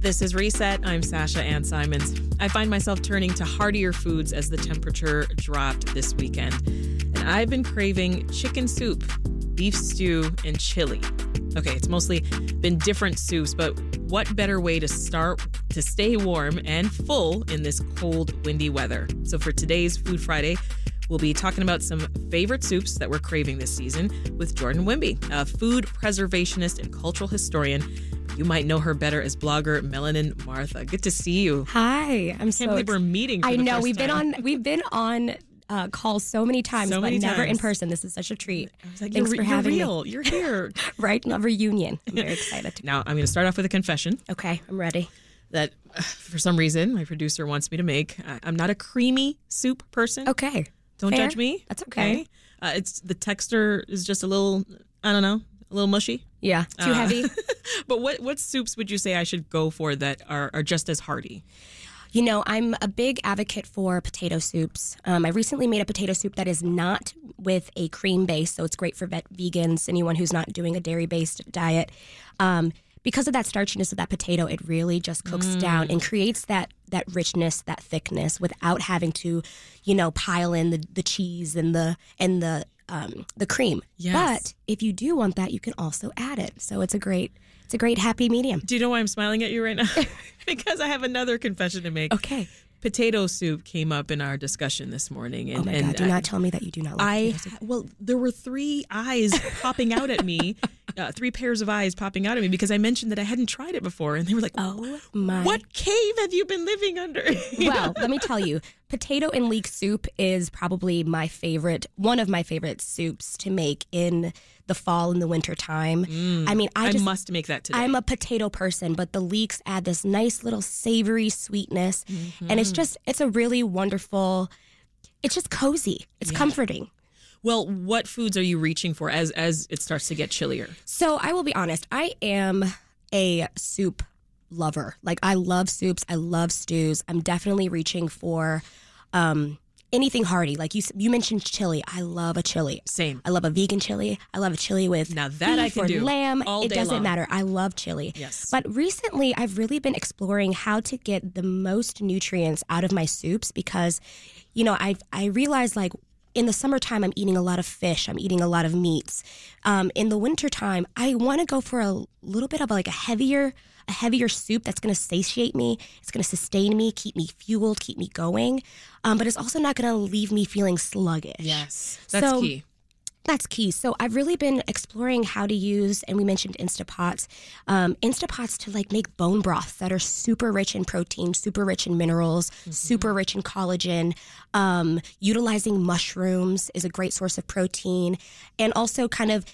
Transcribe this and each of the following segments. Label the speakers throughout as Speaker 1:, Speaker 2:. Speaker 1: This is Reset. I'm Sasha Ann Simons. I find myself turning to heartier foods as the temperature dropped this weekend. And I've been craving chicken soup, beef stew, and chili. Okay, it's mostly been different soups, but what better way to start to stay warm and full in this cold, windy weather? So for today's Food Friday, We'll be talking about some favorite soups that we're craving this season with Jordan Wimby, a food preservationist and cultural historian. You might know her better as blogger Melanin Martha. Good to see you.
Speaker 2: Hi, I'm
Speaker 1: I
Speaker 2: so.
Speaker 1: can't believe we're
Speaker 2: ex-
Speaker 1: meeting. For
Speaker 2: Oh, I
Speaker 1: the
Speaker 2: know
Speaker 1: first
Speaker 2: we've been
Speaker 1: time.
Speaker 2: on we've been on uh, calls so many times,
Speaker 1: So
Speaker 2: but
Speaker 1: many
Speaker 2: never in
Speaker 1: times.
Speaker 2: person. This is such a treat.
Speaker 1: I was like,
Speaker 2: Thanks
Speaker 1: you're,
Speaker 2: for
Speaker 1: you're
Speaker 2: having me.
Speaker 1: real. You're here.
Speaker 2: Right, love reunion. I'm very excited.
Speaker 1: now I'm going to start off with a confession
Speaker 2: Okay, I'm ready.
Speaker 1: that, uh, for some reason, my producer wants me to make. I- I'm not a creamy soup person.
Speaker 2: Okay,
Speaker 1: Don't
Speaker 2: Oh, fair.
Speaker 1: judge me.
Speaker 2: That's okay.
Speaker 1: Uh, it's the texture is just a little. I don't know. A little mushy.
Speaker 2: Yeah, too
Speaker 1: Uh,
Speaker 2: heavy.
Speaker 1: But what what soups would you say I should go for that are, are just as hearty?
Speaker 2: You know, I'm a big advocate for potato soups. Um, I recently made a potato soup that is not with a cream base, so it's great for vet- vegans, anyone who's not doing a dairy based diet. Um, because of that starchiness of that potato, it really just cooks down
Speaker 1: Mm.
Speaker 2: and creates that that richness, that thickness, without having to, you know, pile in the, the cheese and the and the um, the cream.
Speaker 1: Yes.
Speaker 2: But if you do want that, you can also add it. So it's a great it's a great happy medium.
Speaker 1: Do you know why I'm smiling at you right now? because I have another confession to make.
Speaker 2: Okay.
Speaker 1: Potato soup came up in our discussion this morning, and,
Speaker 2: Oh my
Speaker 1: and
Speaker 2: God! Do
Speaker 1: I-
Speaker 2: not tell me that you do not. Like
Speaker 1: I
Speaker 2: potato soup.
Speaker 1: well, there were three eyes popping out at me, uh, three pairs of eyes popping out at me because I mentioned that I hadn't tried it before, and they were like,
Speaker 2: Oh my
Speaker 1: what cave have you been living under?"
Speaker 2: well, let me tell you, potato and leek soup is probably my favorite, one of my favorite soups to make in the fall and the winter time. I mean, I
Speaker 1: Mm, I,
Speaker 2: just
Speaker 1: must make that today.
Speaker 2: I'm a potato person, but the leeks add this nice little savory sweetness, and
Speaker 1: Mm-hmm.
Speaker 2: it's just it's a really wonderful. It's just cozy. It's comforting.
Speaker 1: well, what foods are you reaching for as as it starts to get chillier?
Speaker 2: So I will be honest. I am a soup lover. Like I love soups. I love stews. I'm definitely reaching for um, anything hearty. Like you, s- you mentioned chili. I love a chili.
Speaker 1: Same.
Speaker 2: I love a vegan chili. I love a chili with
Speaker 1: Now that I
Speaker 2: beef
Speaker 1: can
Speaker 2: or
Speaker 1: do
Speaker 2: lamb.
Speaker 1: all
Speaker 2: it
Speaker 1: day
Speaker 2: doesn't
Speaker 1: long.
Speaker 2: matter. I love chili.
Speaker 1: Yes.
Speaker 2: But recently, I've really been exploring how to get the most nutrients out of my soups because, you know, I I realized like in the summertime I'm eating a lot of fish. I'm eating a lot of meats. Um, in the wintertime, I want to go for a little bit of like a heavier a heavier soup that's going to satiate me. It's going to sustain me, keep me fueled, keep me going. Um, but it's also not going to leave me feeling sluggish.
Speaker 1: Yes, that's
Speaker 2: So-
Speaker 1: key.
Speaker 2: That's key. So I've really been exploring how to use, and we mentioned Instapots, um, Instapots to like make bone broth that are super rich in protein, super rich in minerals,
Speaker 1: Mm-hmm.
Speaker 2: super rich in collagen. Um, utilizing mushrooms is a great source of protein, and also kind of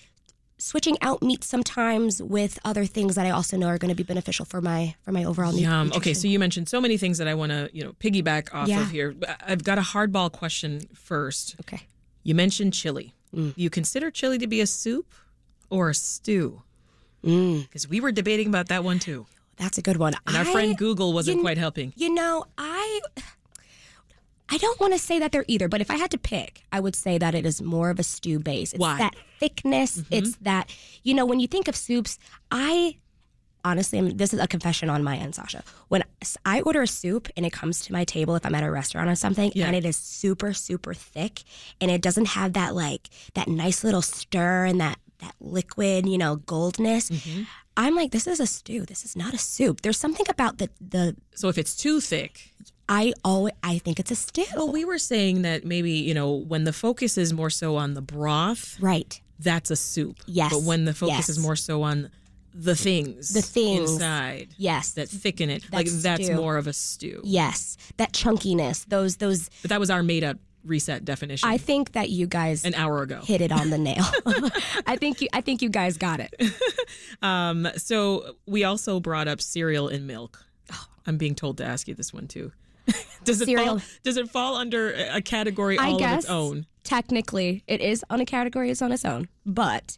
Speaker 2: switching out meat sometimes with other things that I also know are going to be beneficial for my for my overall. nu-
Speaker 1: Yum. Okay,
Speaker 2: nutrition.
Speaker 1: so you mentioned so many things that I want to, you know, piggyback off
Speaker 2: Yeah.
Speaker 1: of here. I- I've got a hardball question first.
Speaker 2: okay.
Speaker 1: You mentioned chili.
Speaker 2: Mm.
Speaker 1: Do you consider chili to be a soup or a stew?
Speaker 2: Mm.
Speaker 1: Because we were debating about that one too,
Speaker 2: That's a good one.
Speaker 1: and our
Speaker 2: I-
Speaker 1: friend Google wasn't
Speaker 2: you-
Speaker 1: quite helping.
Speaker 2: You know, I I don't want to say that they're either, but if I had to pick, I would say that it is more of a stew base. It's
Speaker 1: Why? Mm-hmm.
Speaker 2: that thickness. It's that you know when you think of soups, I honestly, I'm, this is a confession on my end, Sasha. When s- I order a soup and it comes to my table, if I'm at a restaurant or something,
Speaker 1: Yeah.
Speaker 2: and it is super, super thick, and it doesn't have that like that nice little stir and that that liquid, you know, goldness.
Speaker 1: Mm-hmm.
Speaker 2: I'm like, this is a stew. This is not a soup. There's something about the the
Speaker 1: So if it's too thick,
Speaker 2: I always I think it's a stew.
Speaker 1: well, we were saying that maybe you know when the focus is more so on the broth,
Speaker 2: Right.
Speaker 1: that's a soup.
Speaker 2: Yes.
Speaker 1: But when the focus
Speaker 2: Yes.
Speaker 1: is more so on the things,
Speaker 2: The things.
Speaker 1: inside
Speaker 2: Yes.
Speaker 1: that thicken it, like
Speaker 2: That's
Speaker 1: that's
Speaker 2: stew.
Speaker 1: more of a stew.
Speaker 2: yes. That chunkiness. Those those
Speaker 1: But that was our made up reset definition
Speaker 2: I think that you guys
Speaker 1: an hour ago.
Speaker 2: hit it on the nail. I think you I think you guys got it.
Speaker 1: Um, so we also brought up cereal and milk. I'm being told to ask you this one too. does it
Speaker 2: Oh. Cereal.
Speaker 1: fall? Does it fall under a category
Speaker 2: I
Speaker 1: all of
Speaker 2: guess
Speaker 1: its own?
Speaker 2: technically it is on a category it's on its own, but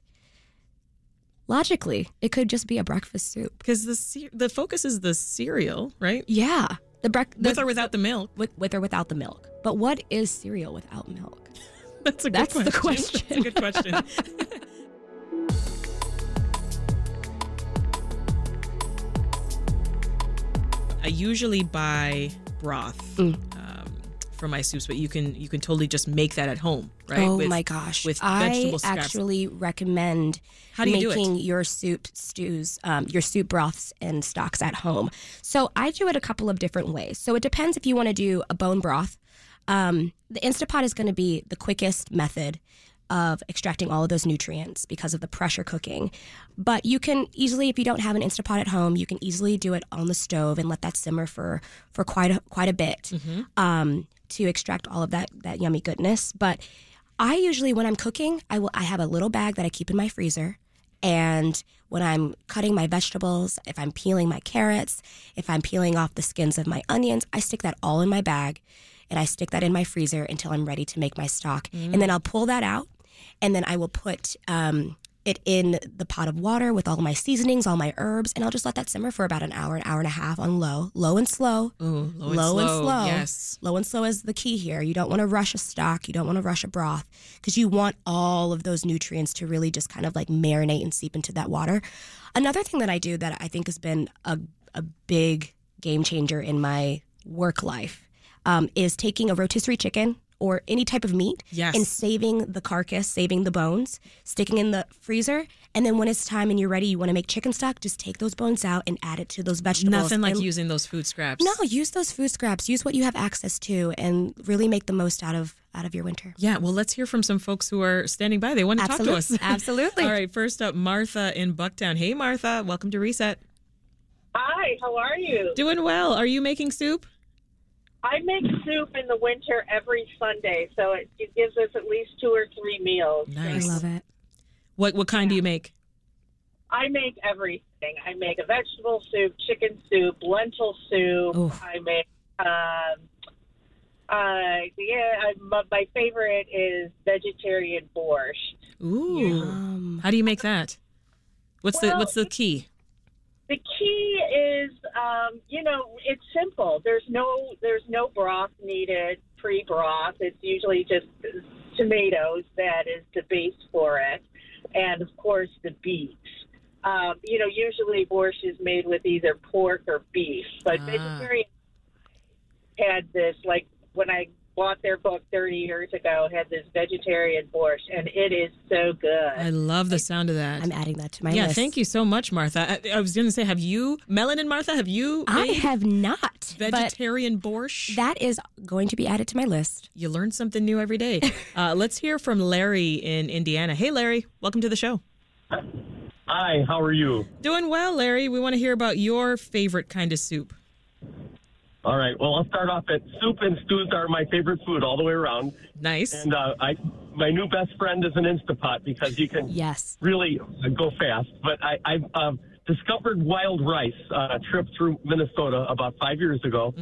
Speaker 2: logically it could just be a breakfast soup.
Speaker 1: Because the ce- the focus is the cereal, right?
Speaker 2: Yeah. The
Speaker 1: With
Speaker 2: breakfast
Speaker 1: or without the milk.
Speaker 2: with, with or without the milk. But what is cereal without milk?
Speaker 1: That's a good
Speaker 2: That's the
Speaker 1: question. That's a good question. I usually buy broth
Speaker 2: Mm.
Speaker 1: um, for my soups, but you can you can totally just make that at home, right?
Speaker 2: Oh
Speaker 1: With-
Speaker 2: my gosh!
Speaker 1: with
Speaker 2: I
Speaker 1: vegetable scraps.
Speaker 2: actually recommend
Speaker 1: How do you do it?
Speaker 2: making your soup stews, um, your soup broths and stocks at home. So I do it a couple of different ways. So it depends if you want to do a bone broth. Um, the Instapot is going to be the quickest method of extracting all of those nutrients because of the pressure cooking. But you can easily, if you don't have an Instapot at home, you can easily do it on the stove and let that simmer for for quite a, quite a bit um, to extract all of that that yummy goodness. But I usually, when I'm cooking, I will I have a little bag that I keep in my freezer. And when I'm cutting my vegetables, if I'm peeling my carrots, if I'm peeling off the skins of my onions, I stick that all in my bag and I stick that in my freezer until I'm ready to make my stock. And then I'll pull that out and then I will put um, it in the pot of water with all my seasonings, all my herbs, and I'll just let that simmer for about an hour, an hour and a half on low, low and slow.
Speaker 1: Ooh, low,
Speaker 2: Low
Speaker 1: and
Speaker 2: and
Speaker 1: slow.
Speaker 2: slow.
Speaker 1: Yes.
Speaker 2: Low and slow is the key here. You don't want to rush a stock. You don't want to rush a broth because you want all of those nutrients to really just kind of like marinate and seep into that water. Another thing that I do that I think has been a, a big game changer in my work life um, is taking a rotisserie chicken or any type of meat
Speaker 1: Yes.
Speaker 2: and saving the carcass, saving the bones, sticking in the freezer. And then when it's time and you're ready, you want to make chicken stock, just take those bones out and add it to those vegetables.
Speaker 1: Nothing like
Speaker 2: and
Speaker 1: using those food scraps.
Speaker 2: no, use those food scraps. Use what you have access to, and really make the most out of out of your winter.
Speaker 1: Yeah, well, let's hear from some folks who are standing by. They want to talk to us.
Speaker 2: Absolutely, absolutely.
Speaker 1: All right, first up, Martha in Bucktown. Hey, Martha, welcome to Reset.
Speaker 3: Hi, how are you?
Speaker 1: Doing well. Are you making soup?
Speaker 3: I make soup in the winter every Sunday, so it, it gives us at least two or three meals.
Speaker 2: I
Speaker 1: Nice.
Speaker 2: love it.
Speaker 1: What what kind do you make?
Speaker 3: I make everything. I make a vegetable soup, chicken soup, lentil soup.
Speaker 2: Oof.
Speaker 3: I make, um, uh, yeah, I, my, my favorite is vegetarian borscht.
Speaker 1: Ooh.
Speaker 2: Um,
Speaker 1: How do you make that? What's the
Speaker 3: Well,
Speaker 1: what's the key?
Speaker 3: The key is, um, you know, it's simple. There's no there's no broth needed pre broth. It's usually just tomatoes that is the base for it, and of course the beets. Um, you know, usually borscht is made with either pork or beef, but
Speaker 1: Ah.
Speaker 3: vegetarian had this like when I bought their book 30 years ago had this vegetarian borscht, and it is so good.
Speaker 1: I love the sound of that.
Speaker 2: I'm adding that to my
Speaker 1: yeah,
Speaker 2: list.
Speaker 1: thank you so much, Martha. I, I was going to say, have you, Melon and Martha, have you
Speaker 2: I
Speaker 1: made
Speaker 2: have not, but
Speaker 1: vegetarian borscht?
Speaker 2: that is going to be added to my list.
Speaker 1: you learn something new every day. Uh, let's hear from Larry in Indiana. Hey, Larry, welcome to the show.
Speaker 4: Hi, how are you?
Speaker 1: Doing well, Larry. We want to hear about your favorite kind of soup.
Speaker 4: All right. Well, I'll start off at soup and stews are my favorite food all the way around.
Speaker 1: Nice.
Speaker 4: And uh, I, my new best friend is an Instapot because you can
Speaker 2: Yes.
Speaker 4: really uh, go fast. But I, I've um, discovered wild rice on a trip through Minnesota about five years ago,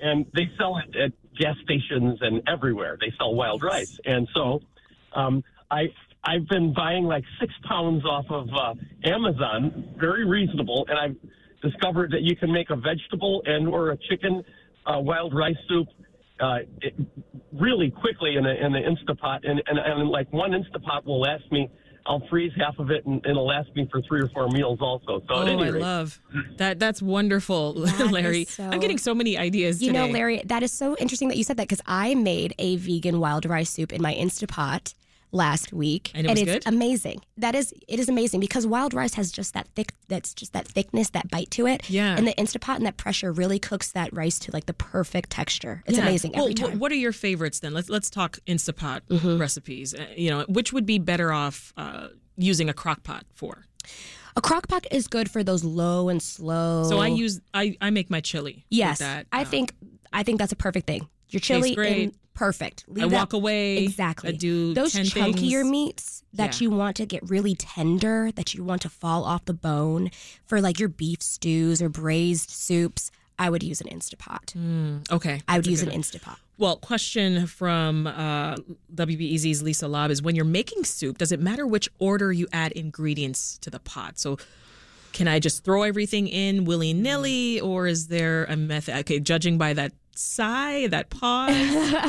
Speaker 4: and they sell it at gas stations and everywhere. They sell wild rice, and so um, I. I've been buying like six pounds off of uh, Amazon, very reasonable, and I've discovered that you can make a vegetable and or a chicken uh, wild rice soup uh, it, really quickly in, a, in the Instapot, and, and, and like one Instapot will last me. I'll freeze half of it, and it'll last me for three or four meals also. So at
Speaker 1: oh,
Speaker 4: any
Speaker 1: I
Speaker 4: rate,
Speaker 1: love that. That's wonderful,
Speaker 2: is
Speaker 1: Larry.
Speaker 2: so-
Speaker 1: I'm getting so many ideas
Speaker 2: You
Speaker 1: today.
Speaker 2: know, Larry, that is so interesting that you said that because I made a vegan wild rice soup in my Instapot last week,
Speaker 1: And it was
Speaker 2: it's
Speaker 1: good?
Speaker 2: amazing. That is, it is amazing because wild rice has just that thick, that's just that thickness, that bite to it.
Speaker 1: Yeah.
Speaker 2: and the Instapot and that pressure really cooks that rice to like the perfect texture. It's
Speaker 1: Yeah.
Speaker 2: amazing
Speaker 1: Well,
Speaker 2: every
Speaker 1: wh-
Speaker 2: time. Mm-hmm.
Speaker 1: what are your favorites then? Let's let's talk Instapot recipes. Uh, you know, which would be better off uh, using a crock pot for?
Speaker 2: a crock pot is good for those low and slow.
Speaker 1: So I use I, I make my chili.
Speaker 2: Oh. yes,
Speaker 1: with that. Oh.
Speaker 2: I think I think that's a perfect thing. Your chili,
Speaker 1: great.
Speaker 2: in, perfect. Leave
Speaker 1: I
Speaker 2: that-
Speaker 1: walk away.
Speaker 2: Exactly.
Speaker 1: I do
Speaker 2: those
Speaker 1: 10
Speaker 2: chunkier
Speaker 1: things.
Speaker 2: meats that
Speaker 1: Yeah.
Speaker 2: you want to get really tender, that you want to fall off the bone for like your beef stews or braised soups. I would use an Instapot.
Speaker 1: Okay,
Speaker 2: I
Speaker 1: Mm,
Speaker 2: would
Speaker 1: that's a
Speaker 2: use
Speaker 1: good
Speaker 2: an
Speaker 1: one.
Speaker 2: Instapot.
Speaker 1: Well, question from uh, WBEZ's Lisa Lobb is: When you're making soup, does it matter which order you add ingredients to the pot? So, can I just throw everything in willy nilly, or is there a method? Okay, judging by that sigh, that pause,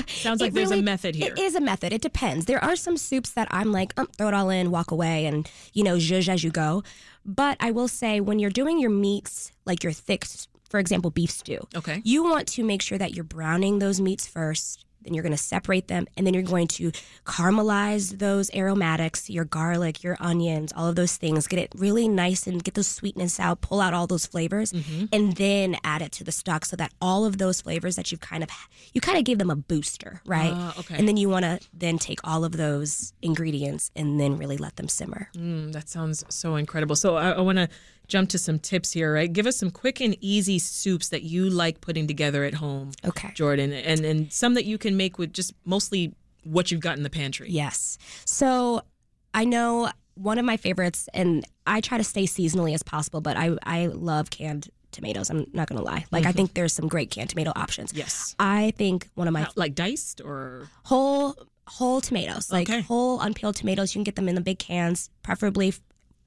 Speaker 1: sounds like
Speaker 2: It
Speaker 1: there's a
Speaker 2: really-
Speaker 1: method here.
Speaker 2: It is a method. It depends. There are some soups that I'm like, um, throw it all in, walk away, and you know, zhuzh as you go. But I will say, when you're doing your meats, like your thick, for example, beef stew.
Speaker 1: Okay.
Speaker 2: You want to make sure that you're browning those meats first. Then you're going to separate them, and then you're going to caramelize those aromatics, your garlic, your onions, all of those things. Get it really nice and get the sweetness out. Pull out all those flavors,
Speaker 1: Mm-hmm.
Speaker 2: and then add it to the stock so that all of those flavors that you've kind of you kind of gave them a booster, right?
Speaker 1: Ah, okay.
Speaker 2: And then you want to then take all of those ingredients and then really let them simmer.
Speaker 1: Mm, that sounds so incredible. So I, I want to jump to some tips here, right? Give us some quick and easy soups that you like putting together at home,
Speaker 2: Okay.
Speaker 1: Jordan, and and some that you can make with just mostly what you've got in the pantry.
Speaker 2: Yes. So I know one of my favorites, and I try to stay seasonally as possible, but I, I love canned tomatoes. I'm not going to lie. Like, I think there's some great canned tomato options.
Speaker 1: Mm-hmm. Yes.
Speaker 2: I think one of my
Speaker 1: How- like diced or
Speaker 2: whole whole tomatoes, like
Speaker 1: Okay.
Speaker 2: whole unpeeled tomatoes. You can get them in the big cans, preferably f-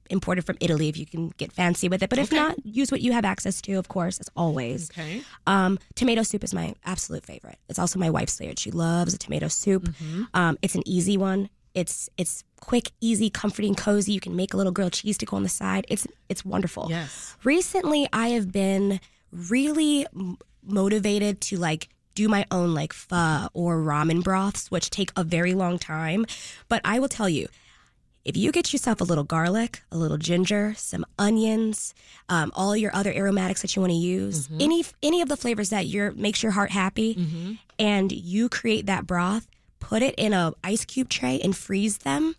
Speaker 2: imported from Italy if you can get fancy with it. But if not, use what you have access to, of course, as always.
Speaker 1: okay.
Speaker 2: Um, tomato soup is my absolute favorite. It's also my wife's favorite. She loves a tomato soup. Um, it's an easy one. It's it's quick, easy, comforting, cozy. You can make a little grilled cheese to go on the side. It's it's wonderful.
Speaker 1: Yes.
Speaker 2: Recently, I have been really m- motivated to like do my own like pho or ramen broths, which take a very long time. But I will tell you, if you get yourself a little garlic, a little ginger, some onions, um, all your other aromatics that you want to use,
Speaker 1: Mm-hmm.
Speaker 2: any any of the flavors that your makes your heart happy, and you create that broth, put it in a ice cube tray and freeze them.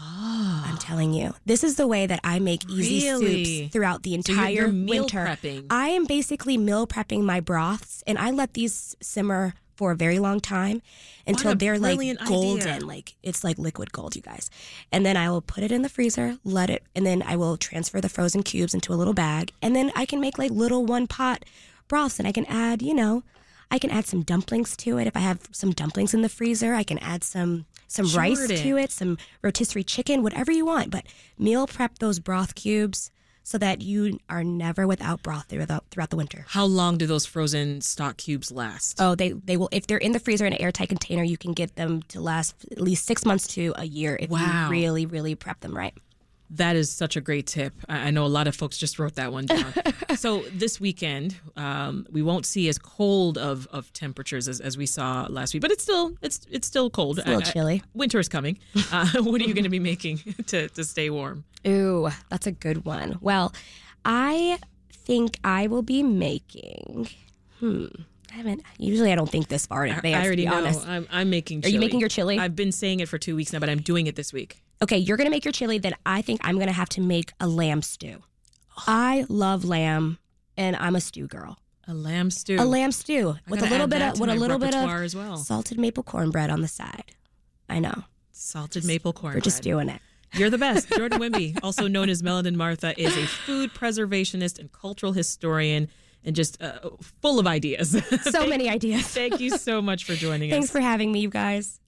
Speaker 2: I'm telling you, this is the way that I make easy
Speaker 1: Ah. Really?
Speaker 2: soups throughout the
Speaker 1: So you're-
Speaker 2: entire
Speaker 1: you're meal
Speaker 2: winter.
Speaker 1: prepping.
Speaker 2: I am basically meal prepping my broths, and I let these simmer for a very long time until
Speaker 1: a
Speaker 2: they're like
Speaker 1: brilliant idea.
Speaker 2: golden, like it's like liquid gold, you guys. And then I will put it in the freezer, let it, and then I will transfer the frozen cubes into a little bag, and then I can make like little one pot broths, and I can add, you know, I can add some dumplings to it if I have some dumplings in the freezer. I can add some some rice
Speaker 1: Jordan.
Speaker 2: to it, some rotisserie chicken, whatever you want. But meal prep those broth cubes so that you are never without broth throughout throughout the winter.
Speaker 1: How long do those frozen stock cubes last?
Speaker 2: Oh, they they will if they're in the freezer in an airtight container, you can get them to last at least six months to a year if
Speaker 1: Wow.
Speaker 2: you really really prep them right.
Speaker 1: That is such a great tip. I I know a lot of folks just wrote that one down. so this weekend, um, we won't see as cold of, of temperatures as, as we saw last week, but it's still it's it's still cold.
Speaker 2: a little
Speaker 1: I- I-
Speaker 2: chilly.
Speaker 1: winter is coming. Uh, what are you going to be making to, to stay warm?
Speaker 2: Ooh, that's a good one. Well, I think I will be making. Hmm. I haven't. Usually, I don't think this far in advance.
Speaker 1: I already
Speaker 2: to be
Speaker 1: know.
Speaker 2: honest.
Speaker 1: I'm, I'm making.
Speaker 2: Are
Speaker 1: Chili.
Speaker 2: you making your chili?
Speaker 1: I've been saying it for two weeks now, but I'm doing it this week.
Speaker 2: okay, you're gonna make your chili, then I think I'm gonna have to make a lamb stew. I love lamb, and I'm a stew girl.
Speaker 1: A lamb stew.
Speaker 2: A lamb stew
Speaker 1: I
Speaker 2: with
Speaker 1: gotta
Speaker 2: a little
Speaker 1: add
Speaker 2: bit
Speaker 1: that
Speaker 2: of
Speaker 1: to
Speaker 2: with a
Speaker 1: my
Speaker 2: little bit
Speaker 1: repertoire
Speaker 2: of
Speaker 1: as well.
Speaker 2: salted maple cornbread on the side. I know
Speaker 1: Salted maple corn.
Speaker 2: we're just doing it.
Speaker 1: You're the best. Jordan Wimby, also known as Melanin Martha, is a food preservationist and cultural historian and just uh, full of ideas.
Speaker 2: So many ideas.
Speaker 1: Thank you so much for joining us.
Speaker 2: Thanks for having me, you guys.